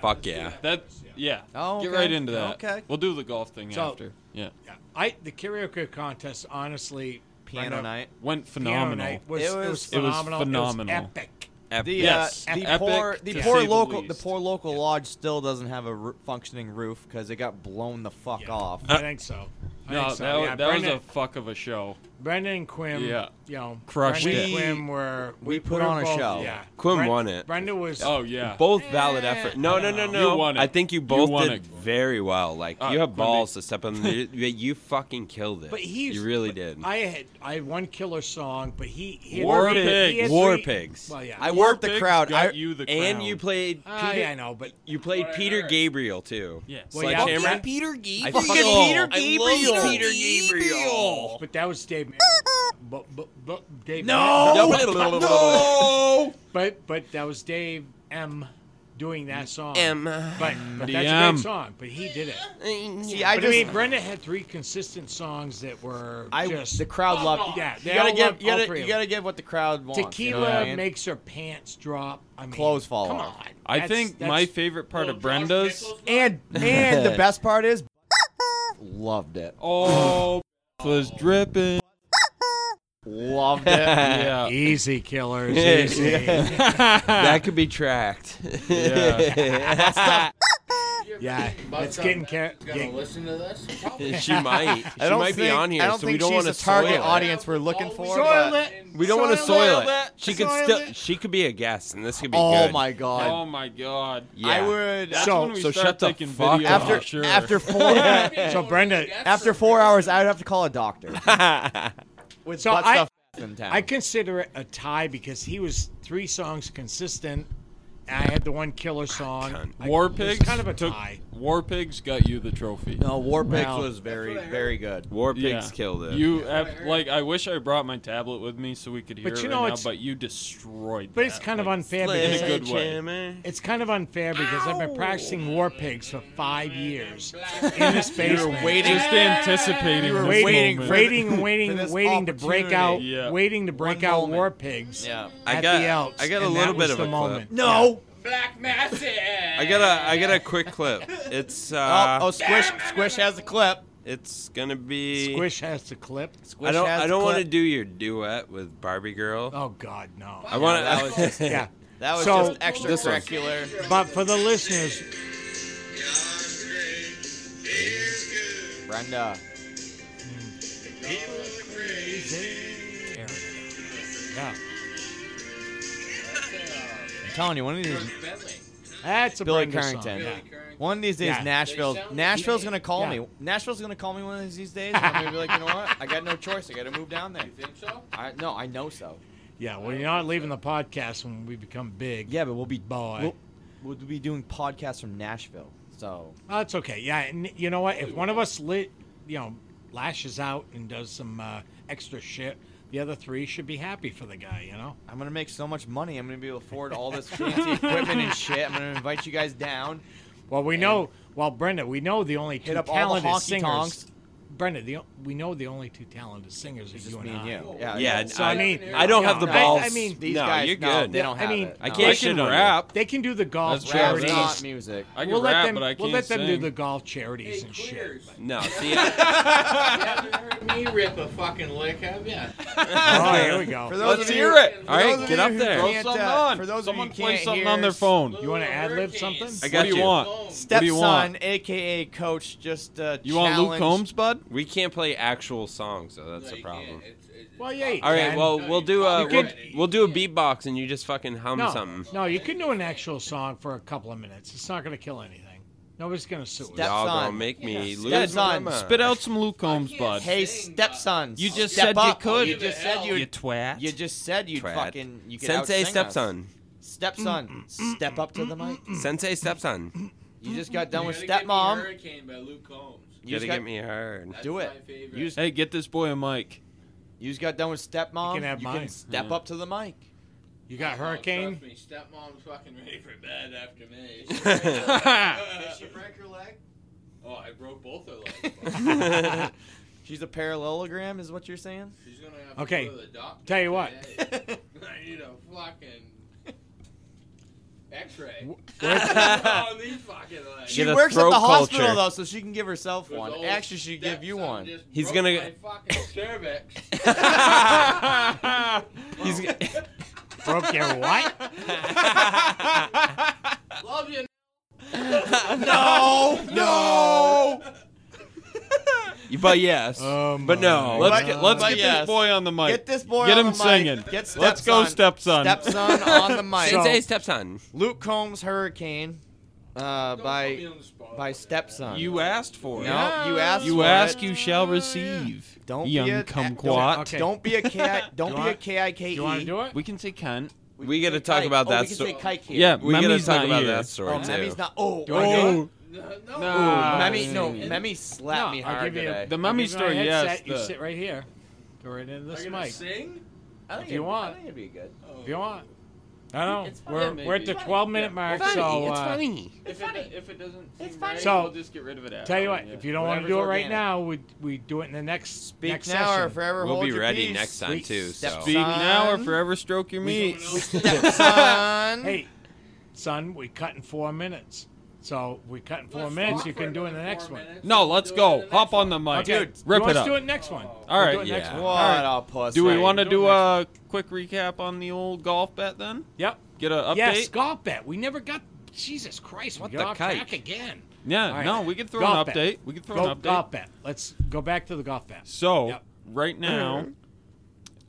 [SPEAKER 4] Fuck yeah.
[SPEAKER 3] That yeah.
[SPEAKER 2] Oh,
[SPEAKER 3] Get
[SPEAKER 2] okay.
[SPEAKER 3] right into that.
[SPEAKER 2] Okay.
[SPEAKER 3] We'll do the golf thing
[SPEAKER 1] So-
[SPEAKER 3] after. Yeah.
[SPEAKER 1] Yeah. I the karaoke contest honestly.
[SPEAKER 2] Piano
[SPEAKER 1] Brenda,
[SPEAKER 2] night.
[SPEAKER 3] Went
[SPEAKER 1] Piano
[SPEAKER 3] phenomenal.
[SPEAKER 1] night was,
[SPEAKER 2] It
[SPEAKER 1] it, was,
[SPEAKER 2] was-
[SPEAKER 3] it was
[SPEAKER 1] phenomenal.
[SPEAKER 3] phenomenal.
[SPEAKER 1] It was epic.
[SPEAKER 4] Ep-
[SPEAKER 2] The,
[SPEAKER 3] Yes.
[SPEAKER 2] uh, the
[SPEAKER 3] Epic,
[SPEAKER 2] poor,
[SPEAKER 3] to
[SPEAKER 2] the
[SPEAKER 3] say
[SPEAKER 2] poor
[SPEAKER 3] the
[SPEAKER 2] local, the,
[SPEAKER 3] least.
[SPEAKER 2] poor local lodge still doesn't have a r- functioning roof because it got blown the fuck
[SPEAKER 1] Yeah.
[SPEAKER 2] off.
[SPEAKER 1] I think so. I
[SPEAKER 3] No,
[SPEAKER 1] think so.
[SPEAKER 3] that,
[SPEAKER 1] yeah,
[SPEAKER 3] that was
[SPEAKER 1] Brendan-
[SPEAKER 3] a fuck of a show.
[SPEAKER 1] Brendan and Quim,
[SPEAKER 3] Yeah.
[SPEAKER 1] you know,
[SPEAKER 3] Crushed
[SPEAKER 1] Brendan
[SPEAKER 3] it.
[SPEAKER 1] and Quim were
[SPEAKER 2] we put
[SPEAKER 1] were
[SPEAKER 2] on a
[SPEAKER 1] both-
[SPEAKER 2] show.
[SPEAKER 1] Yeah,
[SPEAKER 4] Quim won it.
[SPEAKER 1] Brenda was.
[SPEAKER 3] Oh yeah.
[SPEAKER 4] [LAUGHS] Both valid effort. No, no, no, no.
[SPEAKER 3] You won it.
[SPEAKER 4] I think you both
[SPEAKER 3] won
[SPEAKER 4] did
[SPEAKER 3] it.
[SPEAKER 4] very well. Like
[SPEAKER 3] Uh,
[SPEAKER 4] you have
[SPEAKER 3] Quimby.
[SPEAKER 4] balls to step on. The, you, you fucking killed it.
[SPEAKER 1] but he's
[SPEAKER 4] you really
[SPEAKER 1] but
[SPEAKER 4] did.
[SPEAKER 1] I had I had one killer song, but he, he had
[SPEAKER 3] War
[SPEAKER 1] three- he
[SPEAKER 3] Pigs.
[SPEAKER 1] had
[SPEAKER 4] War
[SPEAKER 1] three-
[SPEAKER 4] pigs.
[SPEAKER 1] Well, yeah, Uh,
[SPEAKER 2] I
[SPEAKER 1] I,
[SPEAKER 3] War
[SPEAKER 2] warped the
[SPEAKER 3] Pigs
[SPEAKER 2] crowd.
[SPEAKER 3] got
[SPEAKER 2] I,
[SPEAKER 3] you the crown.
[SPEAKER 4] and you played. Peter,
[SPEAKER 1] Ah, I know, but
[SPEAKER 4] You played
[SPEAKER 5] What I
[SPEAKER 4] Peter
[SPEAKER 5] heard.
[SPEAKER 4] Gabriel too.
[SPEAKER 3] Yeah.
[SPEAKER 1] Well, yeah,
[SPEAKER 4] [LAUGHS] Sledgehammer.
[SPEAKER 1] Brenda-
[SPEAKER 2] Peter Gabriel.
[SPEAKER 4] I
[SPEAKER 2] Fucking
[SPEAKER 4] fucking
[SPEAKER 2] Peter
[SPEAKER 4] love Peter Gabriel.
[SPEAKER 1] but that was
[SPEAKER 2] [LAUGHS]
[SPEAKER 1] Dave. Mar- but, but, but Dave.
[SPEAKER 2] No!
[SPEAKER 1] Mar-
[SPEAKER 2] No!
[SPEAKER 1] but but that was Dave M. doing that song.
[SPEAKER 4] M.
[SPEAKER 1] But, but that's a
[SPEAKER 3] DM.
[SPEAKER 1] great song. But he did it.
[SPEAKER 2] See, I
[SPEAKER 1] But I,
[SPEAKER 2] just,
[SPEAKER 1] mean, Brenda had three consistent songs that were
[SPEAKER 2] I
[SPEAKER 1] just
[SPEAKER 2] the crowd loved.
[SPEAKER 1] Yeah,
[SPEAKER 2] you
[SPEAKER 1] they
[SPEAKER 2] gotta
[SPEAKER 1] all
[SPEAKER 2] give,
[SPEAKER 1] loved
[SPEAKER 2] you
[SPEAKER 1] all three
[SPEAKER 2] gotta,
[SPEAKER 1] of
[SPEAKER 2] you
[SPEAKER 1] them.
[SPEAKER 2] gotta give what the crowd wants. you know
[SPEAKER 1] Tequila
[SPEAKER 2] what I mean?
[SPEAKER 1] makes her pants drop. I mean,
[SPEAKER 2] Clothes fall
[SPEAKER 1] come
[SPEAKER 2] off.
[SPEAKER 1] on.
[SPEAKER 3] I
[SPEAKER 1] That's-
[SPEAKER 3] think
[SPEAKER 1] that's-
[SPEAKER 3] my favorite part
[SPEAKER 5] Little
[SPEAKER 3] of
[SPEAKER 5] Josh
[SPEAKER 3] Brenda's.
[SPEAKER 5] Nichols
[SPEAKER 2] and [LAUGHS] and the best part is, loved it.
[SPEAKER 3] Oh, [LAUGHS] was dripping.
[SPEAKER 2] Loved it. [LAUGHS]
[SPEAKER 3] Yeah.
[SPEAKER 1] Easy
[SPEAKER 3] [LAUGHS]
[SPEAKER 1] killers.
[SPEAKER 4] Yeah.
[SPEAKER 1] Easy. Yeah.
[SPEAKER 4] that could be [LAUGHS] tracked.
[SPEAKER 1] It's getting ca-
[SPEAKER 5] Gonna
[SPEAKER 1] yeah,
[SPEAKER 5] listen to this?
[SPEAKER 4] she might. She
[SPEAKER 2] I don't
[SPEAKER 4] might
[SPEAKER 2] think,
[SPEAKER 4] be on here,
[SPEAKER 2] I don't
[SPEAKER 4] so
[SPEAKER 2] think
[SPEAKER 4] we don't
[SPEAKER 2] she's
[SPEAKER 4] want
[SPEAKER 2] the
[SPEAKER 4] to
[SPEAKER 2] target
[SPEAKER 4] soil it.
[SPEAKER 2] audience we're looking for.
[SPEAKER 1] Soil
[SPEAKER 2] but-
[SPEAKER 1] it.
[SPEAKER 4] We don't want to soil it. She could
[SPEAKER 1] Soil
[SPEAKER 4] still.
[SPEAKER 1] it.
[SPEAKER 4] She could be a guest, and this could be
[SPEAKER 2] Oh
[SPEAKER 4] good.
[SPEAKER 2] my god.
[SPEAKER 3] [LAUGHS] Oh my god.
[SPEAKER 4] Yeah.
[SPEAKER 2] I would
[SPEAKER 3] That's
[SPEAKER 1] So-
[SPEAKER 3] when we
[SPEAKER 4] so
[SPEAKER 3] start
[SPEAKER 4] shut the
[SPEAKER 3] taking
[SPEAKER 4] fuck
[SPEAKER 3] video.
[SPEAKER 4] up.
[SPEAKER 2] after
[SPEAKER 4] Oh,
[SPEAKER 3] sure. [LAUGHS]
[SPEAKER 2] after four
[SPEAKER 1] So Brenda,
[SPEAKER 2] after four hours, I would have to call a [LAUGHS] doctor.
[SPEAKER 1] With so
[SPEAKER 2] butt
[SPEAKER 1] I,
[SPEAKER 2] stuff in town.
[SPEAKER 1] I consider it a tie because he was three songs consistent. and I had the one killer song. I-
[SPEAKER 3] War
[SPEAKER 1] it was
[SPEAKER 3] Pigs
[SPEAKER 1] kind of a
[SPEAKER 3] took,
[SPEAKER 1] tie.
[SPEAKER 3] War Pigs got you the trophy.
[SPEAKER 2] no, War Pigs
[SPEAKER 1] Wow.
[SPEAKER 2] was very very good.
[SPEAKER 4] War pigs
[SPEAKER 3] Yeah.
[SPEAKER 4] killed it.
[SPEAKER 3] You have, like I wish I brought my tablet with me so we could hear
[SPEAKER 1] But
[SPEAKER 3] it
[SPEAKER 1] you
[SPEAKER 3] right
[SPEAKER 1] know,
[SPEAKER 3] now,
[SPEAKER 1] it's-
[SPEAKER 3] but you destroyed
[SPEAKER 1] But it's
[SPEAKER 3] that,
[SPEAKER 1] kind of
[SPEAKER 3] like,
[SPEAKER 1] unfair
[SPEAKER 3] in a
[SPEAKER 1] because
[SPEAKER 3] good way.
[SPEAKER 1] it's kind of unfair because I've been practicing War Pigs for five years in this basement.
[SPEAKER 2] waiting-
[SPEAKER 3] Just anticipating
[SPEAKER 2] were
[SPEAKER 3] this
[SPEAKER 1] waiting,
[SPEAKER 3] moment.
[SPEAKER 1] waiting,
[SPEAKER 2] for
[SPEAKER 1] waiting,
[SPEAKER 2] this
[SPEAKER 1] waiting to break out,
[SPEAKER 3] opportunity. Yeah.
[SPEAKER 1] waiting to break
[SPEAKER 2] One
[SPEAKER 1] out
[SPEAKER 2] moment.
[SPEAKER 1] War Pigs.
[SPEAKER 2] Yeah.
[SPEAKER 4] I
[SPEAKER 1] at
[SPEAKER 4] got-
[SPEAKER 1] the Elks,
[SPEAKER 4] I got a
[SPEAKER 1] and
[SPEAKER 4] little
[SPEAKER 1] that was
[SPEAKER 4] bit of
[SPEAKER 1] the
[SPEAKER 4] a clip.
[SPEAKER 1] moment.
[SPEAKER 2] No.
[SPEAKER 5] Black Massive.
[SPEAKER 4] I got a. I got a quick clip. It's. Uh,
[SPEAKER 2] oh, oh, Squish Squish has the clip.
[SPEAKER 4] It's gonna be.
[SPEAKER 1] Squish has the clip.
[SPEAKER 2] Squish
[SPEAKER 4] I don't.
[SPEAKER 2] has
[SPEAKER 4] I
[SPEAKER 2] the
[SPEAKER 4] don't want to
[SPEAKER 2] clip.
[SPEAKER 4] do your duet with Barbie girl.
[SPEAKER 1] Oh God, no.
[SPEAKER 4] [LAUGHS] I want.
[SPEAKER 2] that was just-
[SPEAKER 1] Yeah,
[SPEAKER 2] That was
[SPEAKER 1] So-
[SPEAKER 2] just extracurricular.
[SPEAKER 1] but for the listeners,
[SPEAKER 2] Brenda.
[SPEAKER 1] There it is. Yeah,
[SPEAKER 2] I'm telling you, one [LAUGHS] of these
[SPEAKER 1] that's a
[SPEAKER 2] Billy
[SPEAKER 1] Brenda song,
[SPEAKER 2] Carrington.
[SPEAKER 1] yeah.
[SPEAKER 2] one of these days
[SPEAKER 1] Yeah.
[SPEAKER 2] Nashville
[SPEAKER 5] They sound
[SPEAKER 2] Nashville's
[SPEAKER 5] gay.
[SPEAKER 2] gonna call
[SPEAKER 1] Yeah.
[SPEAKER 2] me. Nashville's gonna call me one of these days. and I'm gonna be like, you know what? I got no choice. I gotta move down there.
[SPEAKER 5] You think so?
[SPEAKER 2] I no, I know so.
[SPEAKER 1] Yeah, well, you're not leaving the podcast when we become big.
[SPEAKER 2] Yeah, but we'll be
[SPEAKER 1] Boy.
[SPEAKER 2] We'll, we'll be doing podcasts from Nashville. So
[SPEAKER 1] Oh, that's okay. Yeah, and you know what? If one of us lit, you know, lashes out and does some uh, extra shit, the other three should be happy for the guy. You know?
[SPEAKER 2] I'm gonna make so much money. I'm gonna be able to afford all this [LAUGHS] fancy equipment and shit. I'm gonna invite you guys down.
[SPEAKER 1] Well, we know. Well, Brenda, we know the only two
[SPEAKER 2] Hit up all the
[SPEAKER 1] talented
[SPEAKER 2] honky
[SPEAKER 1] singers
[SPEAKER 2] tonks.
[SPEAKER 1] Brenda, the, o- we know the only two talented singers is
[SPEAKER 2] Just
[SPEAKER 1] you and
[SPEAKER 2] me
[SPEAKER 1] I.
[SPEAKER 2] and you. Yeah.
[SPEAKER 4] Yeah,
[SPEAKER 1] So, I
[SPEAKER 4] I,
[SPEAKER 1] mean-
[SPEAKER 4] I don't have the
[SPEAKER 1] No,
[SPEAKER 4] balls.
[SPEAKER 1] I- I mean-
[SPEAKER 2] These
[SPEAKER 4] no,
[SPEAKER 2] guys,
[SPEAKER 4] you're
[SPEAKER 2] no,
[SPEAKER 4] good.
[SPEAKER 2] they don't
[SPEAKER 1] I
[SPEAKER 2] have
[SPEAKER 1] mean,
[SPEAKER 2] it.
[SPEAKER 4] I
[SPEAKER 2] No.
[SPEAKER 4] can't
[SPEAKER 3] shit
[SPEAKER 4] can
[SPEAKER 3] on you.
[SPEAKER 4] rap.
[SPEAKER 1] They can do the golf
[SPEAKER 3] That's
[SPEAKER 2] Well, it's
[SPEAKER 3] Charity.
[SPEAKER 1] charities.
[SPEAKER 2] not music.
[SPEAKER 3] I can
[SPEAKER 1] we'll
[SPEAKER 3] rap,
[SPEAKER 1] let them.
[SPEAKER 3] but I can't
[SPEAKER 1] we'll let them
[SPEAKER 3] sing.
[SPEAKER 1] do the golf charities
[SPEAKER 5] Hey,
[SPEAKER 1] and shit. [LAUGHS]
[SPEAKER 5] queers.
[SPEAKER 4] No, see, [LAUGHS] I-
[SPEAKER 5] You haven't heard me rip a fucking lick, have ya?
[SPEAKER 1] oh, here we go.
[SPEAKER 2] For those
[SPEAKER 4] let's
[SPEAKER 2] of
[SPEAKER 4] hear
[SPEAKER 2] you-
[SPEAKER 4] it.
[SPEAKER 5] for
[SPEAKER 4] All
[SPEAKER 2] those
[SPEAKER 4] right,
[SPEAKER 2] of
[SPEAKER 4] get
[SPEAKER 2] you
[SPEAKER 4] up
[SPEAKER 2] who
[SPEAKER 4] there.
[SPEAKER 3] Throw
[SPEAKER 2] can't,
[SPEAKER 3] something
[SPEAKER 2] uh,
[SPEAKER 3] on.
[SPEAKER 2] for those of
[SPEAKER 3] Someone
[SPEAKER 2] you who
[SPEAKER 3] play
[SPEAKER 2] can't
[SPEAKER 3] something
[SPEAKER 2] hear
[SPEAKER 3] on their
[SPEAKER 2] us-
[SPEAKER 3] phone.
[SPEAKER 1] You wanna ad lib something?
[SPEAKER 4] I
[SPEAKER 3] what
[SPEAKER 4] got
[SPEAKER 3] do you,
[SPEAKER 4] you.
[SPEAKER 3] want? what do you
[SPEAKER 2] Stepson,
[SPEAKER 3] want?
[SPEAKER 2] aka Coach, just uh,
[SPEAKER 3] You want Luke
[SPEAKER 2] challenged-
[SPEAKER 3] Combs, bud?
[SPEAKER 4] we can't play actual songs, so that's
[SPEAKER 5] No,
[SPEAKER 4] the
[SPEAKER 5] you
[SPEAKER 4] problem.
[SPEAKER 5] can't. It's- it's-
[SPEAKER 1] Well, yeah, you
[SPEAKER 4] All right,
[SPEAKER 1] can.
[SPEAKER 4] well,
[SPEAKER 5] No,
[SPEAKER 4] we'll
[SPEAKER 5] you
[SPEAKER 4] do a
[SPEAKER 5] can't.
[SPEAKER 4] we'll,
[SPEAKER 5] You can't.
[SPEAKER 4] we'll do a beatbox, and you just fucking hum
[SPEAKER 1] no,
[SPEAKER 4] something.
[SPEAKER 1] no, you can do an actual song for a couple of minutes. It's not going to kill anything. Nobody's going to sue us.
[SPEAKER 2] Step-
[SPEAKER 4] Y'all gonna
[SPEAKER 2] son.
[SPEAKER 4] make me
[SPEAKER 5] Yeah.
[SPEAKER 4] lose my
[SPEAKER 2] son,
[SPEAKER 4] mind.
[SPEAKER 3] Spit out some Luke Combs,
[SPEAKER 5] can't
[SPEAKER 3] bud.
[SPEAKER 5] say-
[SPEAKER 2] Hey,
[SPEAKER 5] Sing,
[SPEAKER 2] stepson.
[SPEAKER 3] You just
[SPEAKER 2] step
[SPEAKER 3] said you
[SPEAKER 2] up.
[SPEAKER 3] could.
[SPEAKER 2] You just said [LAUGHS]
[SPEAKER 5] You
[SPEAKER 2] you.
[SPEAKER 3] twat.
[SPEAKER 2] You just said you'd
[SPEAKER 4] Twat.
[SPEAKER 2] fucking. You could
[SPEAKER 4] Sensei
[SPEAKER 2] outsing Us.
[SPEAKER 4] stepson.
[SPEAKER 2] Stepson, step up to the mic.
[SPEAKER 4] Sensei stepson.
[SPEAKER 2] You just got
[SPEAKER 5] You
[SPEAKER 2] done with
[SPEAKER 5] Gotta Get Me
[SPEAKER 2] stepmom.
[SPEAKER 5] Hurricane by Luke Combs.
[SPEAKER 2] You
[SPEAKER 4] You
[SPEAKER 2] just
[SPEAKER 4] gotta
[SPEAKER 2] got,
[SPEAKER 4] get me
[SPEAKER 5] [LAUGHS]
[SPEAKER 4] hard. [LAUGHS]
[SPEAKER 5] That's
[SPEAKER 2] Do
[SPEAKER 5] my
[SPEAKER 2] it.
[SPEAKER 5] favorite.
[SPEAKER 2] You just,
[SPEAKER 3] Hey, get this boy a mic.
[SPEAKER 2] you just got done with stepmom.
[SPEAKER 1] You can have
[SPEAKER 2] you
[SPEAKER 1] mine.
[SPEAKER 2] can step
[SPEAKER 3] Yeah.
[SPEAKER 2] up to the mic.
[SPEAKER 1] You got
[SPEAKER 5] Oh,
[SPEAKER 1] hurricane.
[SPEAKER 5] trust me, stepmom's fucking ready for bed after
[SPEAKER 4] [LAUGHS]
[SPEAKER 5] me.
[SPEAKER 1] [LAUGHS]
[SPEAKER 3] Did
[SPEAKER 5] break her leg? Oh, I broke both her legs.
[SPEAKER 2] She's a parallelogram, is what you're
[SPEAKER 5] [LAUGHS]
[SPEAKER 2] saying?
[SPEAKER 5] She's gonna have
[SPEAKER 1] Okay,
[SPEAKER 5] to go to the doctor.
[SPEAKER 1] tell you what.
[SPEAKER 5] today. [LAUGHS] I need a
[SPEAKER 1] [LAUGHS]
[SPEAKER 5] fucking [LAUGHS] X-ray. on these fucking legs.
[SPEAKER 2] she
[SPEAKER 4] Get a
[SPEAKER 2] works at the
[SPEAKER 4] throat
[SPEAKER 2] hospital
[SPEAKER 4] culture.
[SPEAKER 2] though, so she can give herself
[SPEAKER 5] With
[SPEAKER 2] one.
[SPEAKER 5] old
[SPEAKER 2] Actually, she could give you
[SPEAKER 5] stepson
[SPEAKER 2] one.
[SPEAKER 5] just
[SPEAKER 4] He's
[SPEAKER 5] broke
[SPEAKER 4] gonna-
[SPEAKER 5] my fucking cervix.
[SPEAKER 1] [LAUGHS]
[SPEAKER 4] He's g- [LAUGHS]
[SPEAKER 1] Broke your [LAUGHS] what?
[SPEAKER 5] Love you.
[SPEAKER 3] [LAUGHS]
[SPEAKER 2] no, no.
[SPEAKER 4] but yes,
[SPEAKER 1] Oh my
[SPEAKER 4] but no.
[SPEAKER 3] Let's
[SPEAKER 2] But-
[SPEAKER 3] get let's
[SPEAKER 2] but
[SPEAKER 3] get
[SPEAKER 2] yes.
[SPEAKER 3] this boy on the mic.
[SPEAKER 2] Get this boy.
[SPEAKER 3] Get
[SPEAKER 2] on
[SPEAKER 3] him
[SPEAKER 2] the mic.
[SPEAKER 3] singing.
[SPEAKER 2] Get stepson.
[SPEAKER 3] Let's go, stepson.
[SPEAKER 2] Stepson on
[SPEAKER 3] [LAUGHS]
[SPEAKER 2] the mic.
[SPEAKER 1] So-
[SPEAKER 4] Sensei stepson.
[SPEAKER 2] Luke Combs Hurricane uh,
[SPEAKER 5] Don't put me
[SPEAKER 2] by
[SPEAKER 5] on the spot
[SPEAKER 2] by
[SPEAKER 5] like that.
[SPEAKER 2] stepson.
[SPEAKER 3] [LAUGHS] You asked for it.
[SPEAKER 2] no, you asked.
[SPEAKER 3] You
[SPEAKER 2] for
[SPEAKER 3] ask,
[SPEAKER 2] it.
[SPEAKER 3] you shall receive.
[SPEAKER 2] Don't
[SPEAKER 3] young
[SPEAKER 2] be a,
[SPEAKER 3] kumquat.
[SPEAKER 1] okay. [LAUGHS]
[SPEAKER 2] Don't be a ki. Don't
[SPEAKER 1] You
[SPEAKER 2] be a
[SPEAKER 1] want-
[SPEAKER 2] kike.
[SPEAKER 1] You want to do it?
[SPEAKER 3] We can say cunt.
[SPEAKER 4] We gotta talk about
[SPEAKER 2] oh,
[SPEAKER 4] that
[SPEAKER 2] We can
[SPEAKER 4] story.
[SPEAKER 2] say kike here.
[SPEAKER 3] Yeah,
[SPEAKER 4] We gotta
[SPEAKER 3] Memmy's
[SPEAKER 4] talk
[SPEAKER 3] not
[SPEAKER 4] about
[SPEAKER 3] here.
[SPEAKER 2] Oh,
[SPEAKER 4] that story too.
[SPEAKER 2] Memmy's not. Oh,
[SPEAKER 1] Do I do it?
[SPEAKER 5] No, no.
[SPEAKER 1] Ah.
[SPEAKER 3] No.
[SPEAKER 2] Memmy, no,
[SPEAKER 3] Mm.
[SPEAKER 2] Memmy slapped me hard
[SPEAKER 1] I'll give you
[SPEAKER 2] today.
[SPEAKER 3] The
[SPEAKER 1] I'll
[SPEAKER 3] mummy
[SPEAKER 1] give you my
[SPEAKER 3] story, yes,
[SPEAKER 1] headset, You
[SPEAKER 3] the-
[SPEAKER 1] sit right here. Go right into
[SPEAKER 5] Are
[SPEAKER 1] this
[SPEAKER 5] you gonna
[SPEAKER 1] mic
[SPEAKER 5] sing?
[SPEAKER 2] I think
[SPEAKER 1] if you
[SPEAKER 2] it'd-
[SPEAKER 1] want.
[SPEAKER 2] I think it'd be good.
[SPEAKER 5] Oh.
[SPEAKER 1] if you want. I don't
[SPEAKER 5] It's
[SPEAKER 1] know. We're,
[SPEAKER 5] funny,
[SPEAKER 1] we're at the
[SPEAKER 5] maybe.
[SPEAKER 1] 12 minute mark, so uh,
[SPEAKER 5] If it, if it doesn't
[SPEAKER 6] It's
[SPEAKER 5] seem
[SPEAKER 6] funny.
[SPEAKER 5] right,
[SPEAKER 1] So,
[SPEAKER 5] we'll just get rid of it. After.
[SPEAKER 1] tell you what, if you don't want to do
[SPEAKER 2] Whatever's
[SPEAKER 1] it right
[SPEAKER 2] organic.
[SPEAKER 1] now, we we do it in the next
[SPEAKER 2] Speak
[SPEAKER 1] next
[SPEAKER 2] now
[SPEAKER 1] session.
[SPEAKER 2] or forever
[SPEAKER 4] We'll
[SPEAKER 2] hold
[SPEAKER 4] be
[SPEAKER 2] your
[SPEAKER 4] ready
[SPEAKER 2] peace.
[SPEAKER 4] next time
[SPEAKER 1] Sweet
[SPEAKER 4] too. So
[SPEAKER 2] stepson.
[SPEAKER 3] Speak now or
[SPEAKER 2] Son.
[SPEAKER 3] forever stroke
[SPEAKER 1] [LAUGHS]
[SPEAKER 3] your meat.
[SPEAKER 2] Stepson.
[SPEAKER 1] Hey, son, we cut in four minutes. So we cut in 4 minutes. You can do it in the next one.
[SPEAKER 3] No, let's go. Hop on the mic.
[SPEAKER 1] Okay,
[SPEAKER 2] Dude,
[SPEAKER 1] you
[SPEAKER 3] rip
[SPEAKER 1] want
[SPEAKER 3] it
[SPEAKER 1] us to do
[SPEAKER 3] up.
[SPEAKER 1] it next one.
[SPEAKER 3] All
[SPEAKER 1] We'll
[SPEAKER 3] right,
[SPEAKER 1] do it next
[SPEAKER 4] yeah.
[SPEAKER 1] one.
[SPEAKER 2] What
[SPEAKER 1] All right.
[SPEAKER 2] a pussy.
[SPEAKER 3] Do we want to
[SPEAKER 1] do
[SPEAKER 3] do
[SPEAKER 1] it
[SPEAKER 3] a quick recap on the old golf bet then?
[SPEAKER 1] Yep.
[SPEAKER 3] Get an update?
[SPEAKER 1] Yes, golf bet. We never got. Jesus Christ,
[SPEAKER 4] What
[SPEAKER 1] we
[SPEAKER 4] the
[SPEAKER 1] got off
[SPEAKER 4] kike?
[SPEAKER 1] track again.
[SPEAKER 3] Yeah,
[SPEAKER 1] All right.
[SPEAKER 3] no, we can throw
[SPEAKER 1] Golf
[SPEAKER 3] an
[SPEAKER 1] bet.
[SPEAKER 3] update. We can throw
[SPEAKER 1] Go
[SPEAKER 3] an update.
[SPEAKER 1] golf bet. Let's go back to the golf bet.
[SPEAKER 3] So,
[SPEAKER 1] Yep.
[SPEAKER 3] right now,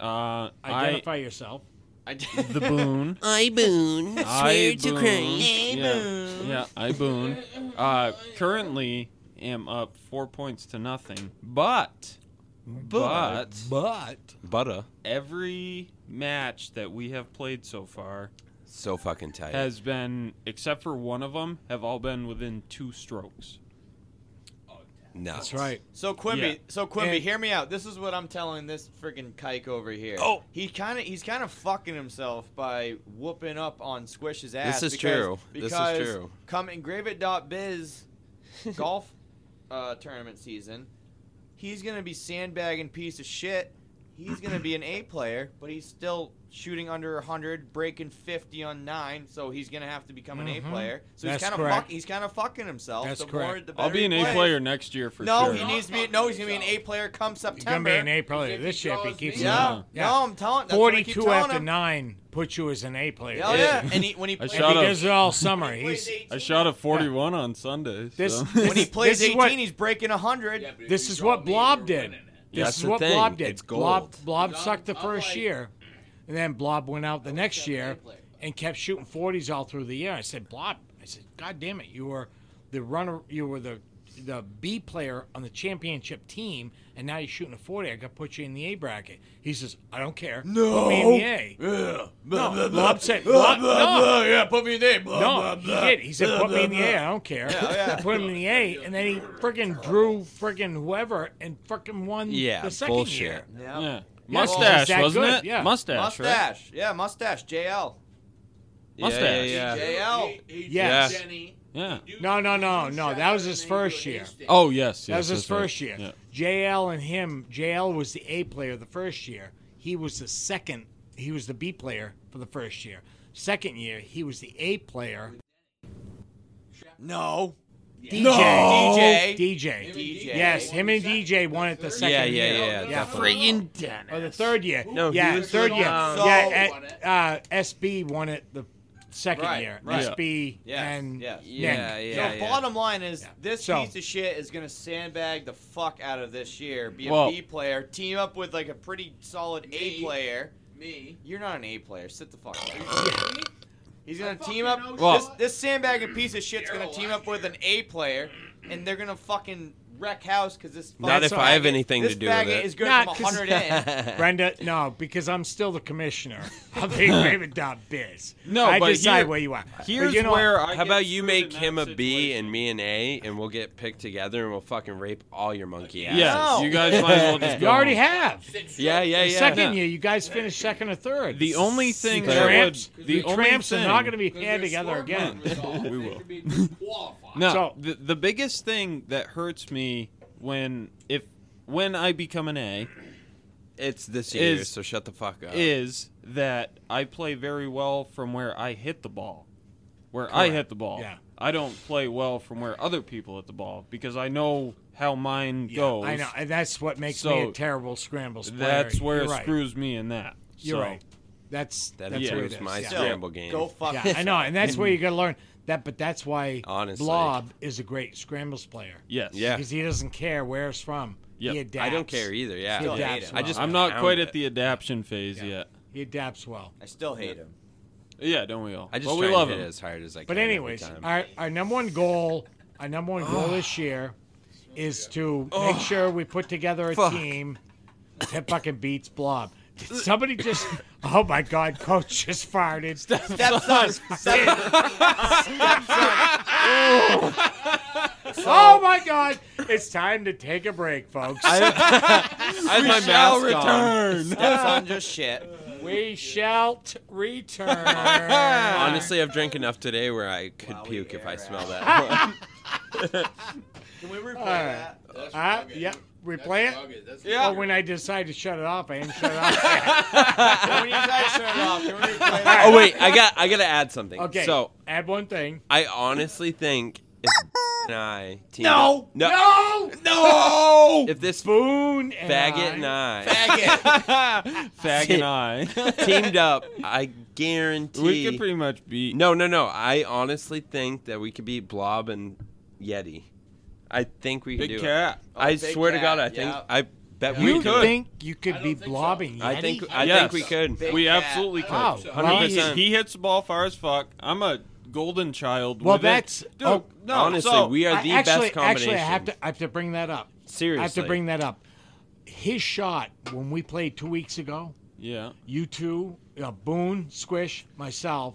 [SPEAKER 4] Mm-hmm.
[SPEAKER 3] uh, I,
[SPEAKER 1] Identify yourself.
[SPEAKER 3] the boon.
[SPEAKER 4] [LAUGHS] I boon.
[SPEAKER 3] I boon. Yeah, yeah, I boon. Uh, currently am up four points to nothing, but, but,
[SPEAKER 1] but
[SPEAKER 4] Butter.
[SPEAKER 3] every match that we have played so far
[SPEAKER 4] So fucking tight.
[SPEAKER 3] has been, except for one of them, have all been within two strokes.
[SPEAKER 4] no.
[SPEAKER 1] that's right.
[SPEAKER 2] So Quimby,
[SPEAKER 3] Yeah.
[SPEAKER 2] so Quimby,
[SPEAKER 1] And-
[SPEAKER 2] hear me out. This is what I'm telling this freaking kike over here.
[SPEAKER 4] Oh.
[SPEAKER 2] he kind of he's kind of fucking himself by whooping up on Squish's ass.
[SPEAKER 4] is
[SPEAKER 2] because-
[SPEAKER 4] true. This is
[SPEAKER 2] because
[SPEAKER 4] true.
[SPEAKER 2] Come
[SPEAKER 4] [LAUGHS]
[SPEAKER 2] engrave.biz golf uh, tournament season. He's gonna be sandbagging piece of shit. He's gonna be an A
[SPEAKER 4] [LAUGHS]
[SPEAKER 2] player, but he's still shooting under 100, breaking 50 on nine. So he's gonna have to become an
[SPEAKER 1] Mhm.
[SPEAKER 2] A player. So
[SPEAKER 1] That's
[SPEAKER 2] he's kind of
[SPEAKER 1] correct.
[SPEAKER 2] fuck, he's kind of fucking himself.
[SPEAKER 1] That's
[SPEAKER 2] the more-
[SPEAKER 1] correct.
[SPEAKER 2] the
[SPEAKER 3] I'll
[SPEAKER 2] better
[SPEAKER 3] be
[SPEAKER 2] he
[SPEAKER 3] an A
[SPEAKER 2] plays.
[SPEAKER 3] player next year for
[SPEAKER 2] No,
[SPEAKER 3] sure.
[SPEAKER 2] he needs to be. No, he's gonna be an A player come
[SPEAKER 1] He's
[SPEAKER 2] September.
[SPEAKER 1] gonna be an A player
[SPEAKER 5] If he
[SPEAKER 1] this year if he
[SPEAKER 5] draws
[SPEAKER 1] keeps
[SPEAKER 5] me-
[SPEAKER 1] it
[SPEAKER 2] Yeah.
[SPEAKER 1] up.
[SPEAKER 2] No, I'm telling. That's what I keep
[SPEAKER 1] Forty-two
[SPEAKER 2] telling
[SPEAKER 1] after
[SPEAKER 2] him.
[SPEAKER 1] nine puts you as an A player.
[SPEAKER 2] Oh yeah, and he when he
[SPEAKER 3] I
[SPEAKER 1] If
[SPEAKER 3] Shut
[SPEAKER 1] he
[SPEAKER 3] up.
[SPEAKER 1] does it all summer,
[SPEAKER 2] He plays
[SPEAKER 1] he's
[SPEAKER 2] 18.
[SPEAKER 3] I shot a 41 on Sunday.
[SPEAKER 1] This-
[SPEAKER 3] [LAUGHS] so-
[SPEAKER 1] this-
[SPEAKER 2] when he plays
[SPEAKER 1] This is
[SPEAKER 2] 18,
[SPEAKER 1] what-
[SPEAKER 2] he's breaking hundred.
[SPEAKER 1] This is what Blob did. This
[SPEAKER 4] That's
[SPEAKER 1] is
[SPEAKER 4] the
[SPEAKER 1] what
[SPEAKER 4] thing.
[SPEAKER 1] Blob did.
[SPEAKER 4] It's
[SPEAKER 1] Blob,
[SPEAKER 4] gold.
[SPEAKER 1] Blob
[SPEAKER 5] I'm-
[SPEAKER 1] sucked the
[SPEAKER 5] I'm
[SPEAKER 1] first
[SPEAKER 5] like-
[SPEAKER 1] year, and then Blob went out the next
[SPEAKER 5] that
[SPEAKER 1] year
[SPEAKER 5] play player.
[SPEAKER 1] and kept shooting 40s all through the year. I said, Blob, I said, God damn it, you were the runner, you were the the B player on the championship team, and now you're shooting a 40. I got to put you in the A bracket. He says, I don't care. Put me in the A.
[SPEAKER 2] Yeah.
[SPEAKER 1] No, Blob said, Blob, no.
[SPEAKER 2] yeah, put me in there.
[SPEAKER 1] No,
[SPEAKER 2] Blah,
[SPEAKER 1] he did. He said, "Put me in the A. I don't care."
[SPEAKER 2] Yeah, yeah.
[SPEAKER 1] Put him in the A, and then he freaking drew freaking whoever and freaking won
[SPEAKER 4] Yeah,
[SPEAKER 1] the second
[SPEAKER 4] bullshit.
[SPEAKER 1] year.
[SPEAKER 2] Yeah.
[SPEAKER 3] yeah.
[SPEAKER 1] Yeah,
[SPEAKER 3] Mustache,
[SPEAKER 1] it's that
[SPEAKER 3] wasn't
[SPEAKER 1] good,
[SPEAKER 3] it?
[SPEAKER 1] yeah.
[SPEAKER 3] Mustache, right?
[SPEAKER 2] Mustache. Yeah, mustache. JL.
[SPEAKER 4] Yeah,
[SPEAKER 3] Mustache.
[SPEAKER 4] Yeah, yeah.
[SPEAKER 2] JL.
[SPEAKER 5] He, he
[SPEAKER 1] Yes.
[SPEAKER 5] did Jenny.
[SPEAKER 3] Yeah.
[SPEAKER 5] He do-
[SPEAKER 1] No, no, no,
[SPEAKER 5] he
[SPEAKER 1] no,
[SPEAKER 5] shot
[SPEAKER 1] that
[SPEAKER 5] her
[SPEAKER 1] was
[SPEAKER 5] and
[SPEAKER 1] his
[SPEAKER 5] then he
[SPEAKER 1] first
[SPEAKER 5] do an
[SPEAKER 1] year.
[SPEAKER 5] instinct.
[SPEAKER 3] Oh yes, yes.
[SPEAKER 1] that was his
[SPEAKER 3] that's right.
[SPEAKER 1] first year.
[SPEAKER 3] Yeah.
[SPEAKER 1] JL and him, JL was the A player the first year. He was the second. He was the B player for the first year. Second year, he was the A player.
[SPEAKER 2] No.
[SPEAKER 1] DJ,
[SPEAKER 2] No.
[SPEAKER 1] DJ,
[SPEAKER 5] Him and
[SPEAKER 2] DJ.
[SPEAKER 1] Yes, him and
[SPEAKER 5] won the
[SPEAKER 1] DJ
[SPEAKER 5] second-
[SPEAKER 1] won it the second
[SPEAKER 4] Yeah,
[SPEAKER 1] year.
[SPEAKER 4] yeah, yeah.
[SPEAKER 5] No, no,
[SPEAKER 1] yeah.
[SPEAKER 5] no, no,
[SPEAKER 4] Friggin'
[SPEAKER 5] no.
[SPEAKER 1] Or Oh, the third year.
[SPEAKER 4] No, he
[SPEAKER 1] yeah,
[SPEAKER 4] was
[SPEAKER 1] third year.
[SPEAKER 5] down.
[SPEAKER 1] yeah,
[SPEAKER 5] Saul
[SPEAKER 1] at- uh, SB won it the second
[SPEAKER 2] Right,
[SPEAKER 1] year.
[SPEAKER 2] right.
[SPEAKER 1] SB
[SPEAKER 2] Yes,
[SPEAKER 1] and
[SPEAKER 2] yes.
[SPEAKER 4] Yeah,
[SPEAKER 1] Nick.
[SPEAKER 4] yeah,
[SPEAKER 2] so
[SPEAKER 4] yeah.
[SPEAKER 2] bottom line is
[SPEAKER 1] Yeah.
[SPEAKER 2] this
[SPEAKER 1] So-
[SPEAKER 2] piece of shit is gonna sandbag the fuck out of this year. Be a
[SPEAKER 3] Well-
[SPEAKER 2] B player, team up with like a pretty solid A
[SPEAKER 5] Me.
[SPEAKER 2] player.
[SPEAKER 5] Me.
[SPEAKER 2] You're not an A player. Sit the fuck
[SPEAKER 5] Are
[SPEAKER 2] down.
[SPEAKER 5] you kidding me?
[SPEAKER 2] He's gonna
[SPEAKER 5] I fucking
[SPEAKER 2] team
[SPEAKER 5] know
[SPEAKER 2] up.
[SPEAKER 5] Well-
[SPEAKER 2] this this sandbagging piece of shit's gonna
[SPEAKER 5] Daryl
[SPEAKER 2] team up with an A player, and they're gonna fucking wreck house because this.
[SPEAKER 4] Not
[SPEAKER 2] fucking
[SPEAKER 4] if I have
[SPEAKER 2] faggot-
[SPEAKER 4] anything to
[SPEAKER 2] this
[SPEAKER 4] do with
[SPEAKER 2] faggot
[SPEAKER 4] it.
[SPEAKER 2] is good
[SPEAKER 1] Nah,
[SPEAKER 2] from
[SPEAKER 1] 'cause- [LAUGHS]
[SPEAKER 2] 100 in.
[SPEAKER 1] Brenda, no, because I'm still the commissioner of
[SPEAKER 3] [LAUGHS]
[SPEAKER 1] Raven.biz.
[SPEAKER 3] No,
[SPEAKER 1] I
[SPEAKER 3] but
[SPEAKER 1] decide
[SPEAKER 3] here-
[SPEAKER 1] where you are. But
[SPEAKER 3] Here's
[SPEAKER 1] you know what?
[SPEAKER 3] where I
[SPEAKER 4] How
[SPEAKER 3] get
[SPEAKER 4] about you
[SPEAKER 3] screwed
[SPEAKER 4] make
[SPEAKER 3] in
[SPEAKER 4] him a
[SPEAKER 3] that
[SPEAKER 4] B
[SPEAKER 3] situation.
[SPEAKER 4] and me an A, and we'll get picked together and we'll fucking rape all your monkey asses.
[SPEAKER 3] Yes,
[SPEAKER 2] No.
[SPEAKER 3] you guys might as
[SPEAKER 1] [LAUGHS]
[SPEAKER 3] well just go.
[SPEAKER 1] you already
[SPEAKER 3] home.
[SPEAKER 1] have.
[SPEAKER 5] Six
[SPEAKER 4] Yeah,
[SPEAKER 5] strokes.
[SPEAKER 4] yeah,
[SPEAKER 1] The
[SPEAKER 4] yeah.
[SPEAKER 1] second year, you guys finished second or third.
[SPEAKER 3] The only thing
[SPEAKER 1] the
[SPEAKER 4] that
[SPEAKER 1] tramps,
[SPEAKER 3] would-
[SPEAKER 1] the
[SPEAKER 3] the only
[SPEAKER 1] tramps are not
[SPEAKER 3] thing-
[SPEAKER 1] going to be had together again. [LAUGHS]
[SPEAKER 3] We
[SPEAKER 5] we
[SPEAKER 3] will.
[SPEAKER 5] will.
[SPEAKER 3] No,
[SPEAKER 1] So-
[SPEAKER 3] the, the biggest thing that hurts me when if when I become an A
[SPEAKER 4] It's this year,
[SPEAKER 3] Is-
[SPEAKER 4] so shut the fuck
[SPEAKER 1] Uh,
[SPEAKER 4] up.
[SPEAKER 3] is that I play very well from where I hit the ball, where I
[SPEAKER 1] Correct.
[SPEAKER 3] hit the ball.
[SPEAKER 1] Yeah.
[SPEAKER 3] I don't play well from where other people hit the ball because I know how mine goes.
[SPEAKER 1] I know, and that's what makes me a
[SPEAKER 3] So,
[SPEAKER 1] terrible scramble player.
[SPEAKER 3] That's where
[SPEAKER 1] You're
[SPEAKER 3] it
[SPEAKER 1] right.
[SPEAKER 3] screws me in that.
[SPEAKER 1] You're
[SPEAKER 3] So,
[SPEAKER 1] right. That's
[SPEAKER 4] That
[SPEAKER 1] that's what
[SPEAKER 4] improves
[SPEAKER 1] it is.
[SPEAKER 4] my
[SPEAKER 1] yeah.
[SPEAKER 4] skill. Scramble game.
[SPEAKER 2] Go fuck.
[SPEAKER 1] Yeah, I know, and that's
[SPEAKER 4] [LAUGHS]
[SPEAKER 1] where you got to learn that. But that's why
[SPEAKER 4] Honestly.
[SPEAKER 1] Blob is a great scrambles player
[SPEAKER 3] Yes.
[SPEAKER 4] Yeah.
[SPEAKER 1] because he doesn't care where it's from.
[SPEAKER 3] Yep.
[SPEAKER 1] He
[SPEAKER 3] I
[SPEAKER 1] adapts.
[SPEAKER 4] I don't care either. Yeah,
[SPEAKER 1] Still
[SPEAKER 4] I
[SPEAKER 1] dabs
[SPEAKER 4] just- I just
[SPEAKER 3] I'm not
[SPEAKER 4] pound
[SPEAKER 3] quite
[SPEAKER 4] it.
[SPEAKER 3] at the adaption phase
[SPEAKER 1] Yeah.
[SPEAKER 3] yet.
[SPEAKER 1] He adapts well.
[SPEAKER 2] I still hate
[SPEAKER 4] [LAUGHS]
[SPEAKER 2] him.
[SPEAKER 3] Yeah, don't we all?
[SPEAKER 4] I just
[SPEAKER 3] but
[SPEAKER 4] try
[SPEAKER 3] we love
[SPEAKER 4] and hit
[SPEAKER 3] him.
[SPEAKER 4] it as hard as I can.
[SPEAKER 1] But
[SPEAKER 4] every
[SPEAKER 1] anyways,
[SPEAKER 4] time.
[SPEAKER 1] our, our number one goal, our number one goal this year, is to make sure we put together a
[SPEAKER 4] Fuck.
[SPEAKER 1] team that fucking beats Blob. Did somebody just? Oh my God, Coach just farted.
[SPEAKER 2] Stepson.
[SPEAKER 1] Oh my God, it's time to take a break, folks.
[SPEAKER 4] I had my
[SPEAKER 3] shall
[SPEAKER 4] mask on.
[SPEAKER 2] Stepson just shit.
[SPEAKER 1] we shall t- return.
[SPEAKER 4] [LAUGHS]
[SPEAKER 3] [LAUGHS]
[SPEAKER 4] Honestly, I've drank enough today where I could
[SPEAKER 2] Wowie
[SPEAKER 4] puke if I
[SPEAKER 2] air
[SPEAKER 4] smell that.
[SPEAKER 1] [LAUGHS]
[SPEAKER 2] Can we replay
[SPEAKER 1] right.
[SPEAKER 2] that?
[SPEAKER 5] That's
[SPEAKER 1] Uh,
[SPEAKER 5] rugged.
[SPEAKER 1] yeah,
[SPEAKER 5] That's
[SPEAKER 1] replay it.
[SPEAKER 5] rugged. That's
[SPEAKER 2] Yeah.
[SPEAKER 5] rugged.
[SPEAKER 1] When I decide to shut it off, I am shut it off.
[SPEAKER 4] [LAUGHS]
[SPEAKER 2] When you guys turn it off, can we replay that?
[SPEAKER 4] oh wait, I got I gotta add something.
[SPEAKER 1] Okay.
[SPEAKER 4] So
[SPEAKER 1] add one thing.
[SPEAKER 4] I honestly think if [LAUGHS] and I team
[SPEAKER 2] No!
[SPEAKER 4] no
[SPEAKER 1] No, [LAUGHS]
[SPEAKER 4] no if this
[SPEAKER 1] Boone and
[SPEAKER 4] faggot
[SPEAKER 1] I-
[SPEAKER 4] and I
[SPEAKER 1] [LAUGHS]
[SPEAKER 2] Faggot.
[SPEAKER 3] [LAUGHS] Fag
[SPEAKER 4] [LAUGHS]
[SPEAKER 3] and I.
[SPEAKER 4] teamed up, I guarantee
[SPEAKER 3] [LAUGHS] we could pretty much beat.
[SPEAKER 4] No, no, no. I honestly think that we could beat Blob and Yeti. I think we could do
[SPEAKER 3] Big
[SPEAKER 4] it.
[SPEAKER 3] cat.
[SPEAKER 1] Oh,
[SPEAKER 4] I
[SPEAKER 2] Big
[SPEAKER 4] swear to
[SPEAKER 2] Cat,
[SPEAKER 4] God, I think
[SPEAKER 2] yeah.
[SPEAKER 4] I bet
[SPEAKER 1] You
[SPEAKER 4] we could.
[SPEAKER 1] think you
[SPEAKER 5] I
[SPEAKER 1] could
[SPEAKER 5] don't
[SPEAKER 1] be
[SPEAKER 5] think so.
[SPEAKER 1] blobbing?
[SPEAKER 4] I think
[SPEAKER 1] Yeti?
[SPEAKER 4] I
[SPEAKER 3] Yes.
[SPEAKER 4] think we could.
[SPEAKER 2] Big
[SPEAKER 3] we
[SPEAKER 2] cat.
[SPEAKER 3] absolutely could.
[SPEAKER 1] Wow.
[SPEAKER 4] Hundred
[SPEAKER 3] He,
[SPEAKER 4] percent.
[SPEAKER 3] he hits the ball far as fuck. I'm a golden child.
[SPEAKER 1] Well,
[SPEAKER 3] with it.
[SPEAKER 1] that's-
[SPEAKER 3] Dude,
[SPEAKER 1] oh,
[SPEAKER 3] no,
[SPEAKER 4] Honestly,
[SPEAKER 3] so-
[SPEAKER 4] we are
[SPEAKER 1] I-
[SPEAKER 4] the
[SPEAKER 1] actually,
[SPEAKER 4] best combination.
[SPEAKER 1] Actually, I have to I have to bring that up.
[SPEAKER 4] Seriously.
[SPEAKER 1] I have to bring that up. His shot when we played two weeks ago,
[SPEAKER 3] Yeah.
[SPEAKER 1] you two, uh, Boone, Squish, myself,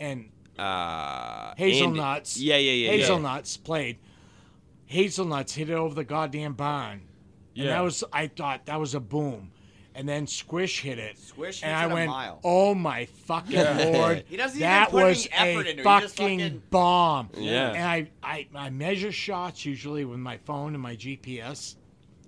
[SPEAKER 1] and
[SPEAKER 4] uh,
[SPEAKER 1] Hazelnuts.
[SPEAKER 4] Andy- Yeah, yeah, yeah. yeah.
[SPEAKER 1] Hazelnuts played. Hazelnuts hit it over the goddamn barn. And
[SPEAKER 3] Yeah.
[SPEAKER 1] that was I thought that was a boom. And then Squish hit it.
[SPEAKER 2] Squish
[SPEAKER 1] and
[SPEAKER 2] hits
[SPEAKER 1] I
[SPEAKER 2] it a
[SPEAKER 1] went,
[SPEAKER 2] mile.
[SPEAKER 1] "Oh my fucking lord!
[SPEAKER 2] [LAUGHS] He doesn't even
[SPEAKER 1] that
[SPEAKER 2] put any
[SPEAKER 1] was
[SPEAKER 2] effort
[SPEAKER 1] a
[SPEAKER 2] into it. He
[SPEAKER 1] fucking,
[SPEAKER 2] just fucking-
[SPEAKER 1] bomb!"
[SPEAKER 4] Yeah.
[SPEAKER 1] And I, I, I measure shots usually with my phone and my GPS.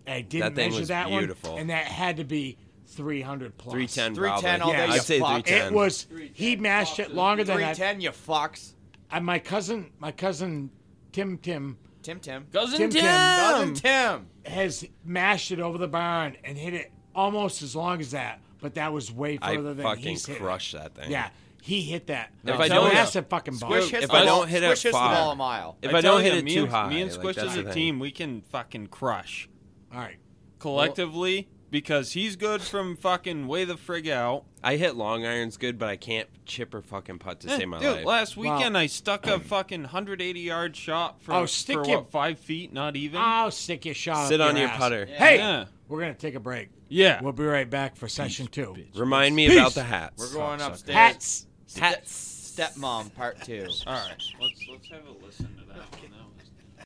[SPEAKER 1] And I didn't
[SPEAKER 4] That thing
[SPEAKER 1] measure
[SPEAKER 4] was
[SPEAKER 1] that
[SPEAKER 4] beautiful.
[SPEAKER 1] one, and that had to be 300 plus.
[SPEAKER 4] 310
[SPEAKER 2] 310
[SPEAKER 4] probably.
[SPEAKER 2] all
[SPEAKER 1] day, you
[SPEAKER 4] I'd say
[SPEAKER 2] fuck.
[SPEAKER 4] 310.
[SPEAKER 1] It was. He
[SPEAKER 5] 310
[SPEAKER 1] mashed it longer than I.
[SPEAKER 2] 310, you fucks.
[SPEAKER 1] I. My cousin, my cousin Tim Tim
[SPEAKER 2] Tim Tim.
[SPEAKER 3] Cousin
[SPEAKER 1] Tim Tim.
[SPEAKER 2] Cousin Tim.
[SPEAKER 1] has mashed it over the barn and hit it almost as long as that, but that was way
[SPEAKER 4] I
[SPEAKER 1] further than
[SPEAKER 4] fucking
[SPEAKER 1] he's hit it.
[SPEAKER 4] crushed that thing.
[SPEAKER 1] Yeah, he hit that.
[SPEAKER 4] If
[SPEAKER 1] If
[SPEAKER 4] I
[SPEAKER 1] I
[SPEAKER 4] don't-
[SPEAKER 1] massive fucking bomb.
[SPEAKER 2] Squish hits
[SPEAKER 4] If
[SPEAKER 2] the
[SPEAKER 4] I
[SPEAKER 2] ball-
[SPEAKER 4] don't hit it
[SPEAKER 2] Squish hits the
[SPEAKER 4] far-
[SPEAKER 2] ball a mile.
[SPEAKER 4] If I, don't
[SPEAKER 3] tell
[SPEAKER 4] hit
[SPEAKER 3] ya,
[SPEAKER 4] it
[SPEAKER 3] me
[SPEAKER 4] too
[SPEAKER 3] and,
[SPEAKER 4] high,
[SPEAKER 3] me and
[SPEAKER 4] like,
[SPEAKER 3] Squish
[SPEAKER 4] that's
[SPEAKER 3] as
[SPEAKER 4] the
[SPEAKER 3] a
[SPEAKER 4] thing.
[SPEAKER 3] team, we can fucking crush
[SPEAKER 1] All right.
[SPEAKER 3] collectively because he's good from fucking way the frig out.
[SPEAKER 4] I hit long irons good, but I can't chip or fucking putt to
[SPEAKER 3] Eh,
[SPEAKER 4] save my
[SPEAKER 3] Dude,
[SPEAKER 4] life.
[SPEAKER 3] last
[SPEAKER 1] Wow.
[SPEAKER 3] weekend I stuck
[SPEAKER 4] [CLEARS THROAT]
[SPEAKER 3] a fucking 180 yard shot from
[SPEAKER 1] Oh, stick
[SPEAKER 3] for
[SPEAKER 1] your-
[SPEAKER 3] what, five feet, not even.
[SPEAKER 1] I'll stick your shot. up
[SPEAKER 4] Sit on your
[SPEAKER 1] ass.
[SPEAKER 4] putter.
[SPEAKER 1] Hey,
[SPEAKER 3] Yeah.
[SPEAKER 1] we're gonna take a break.
[SPEAKER 3] Yeah.
[SPEAKER 1] We'll be right back for session two.
[SPEAKER 4] Remind me
[SPEAKER 1] Peace.
[SPEAKER 4] about the hats.
[SPEAKER 2] We're going upstairs.
[SPEAKER 1] Hats.
[SPEAKER 2] Hats. Stepmom, part two.
[SPEAKER 3] all right. Let's let's have a listen.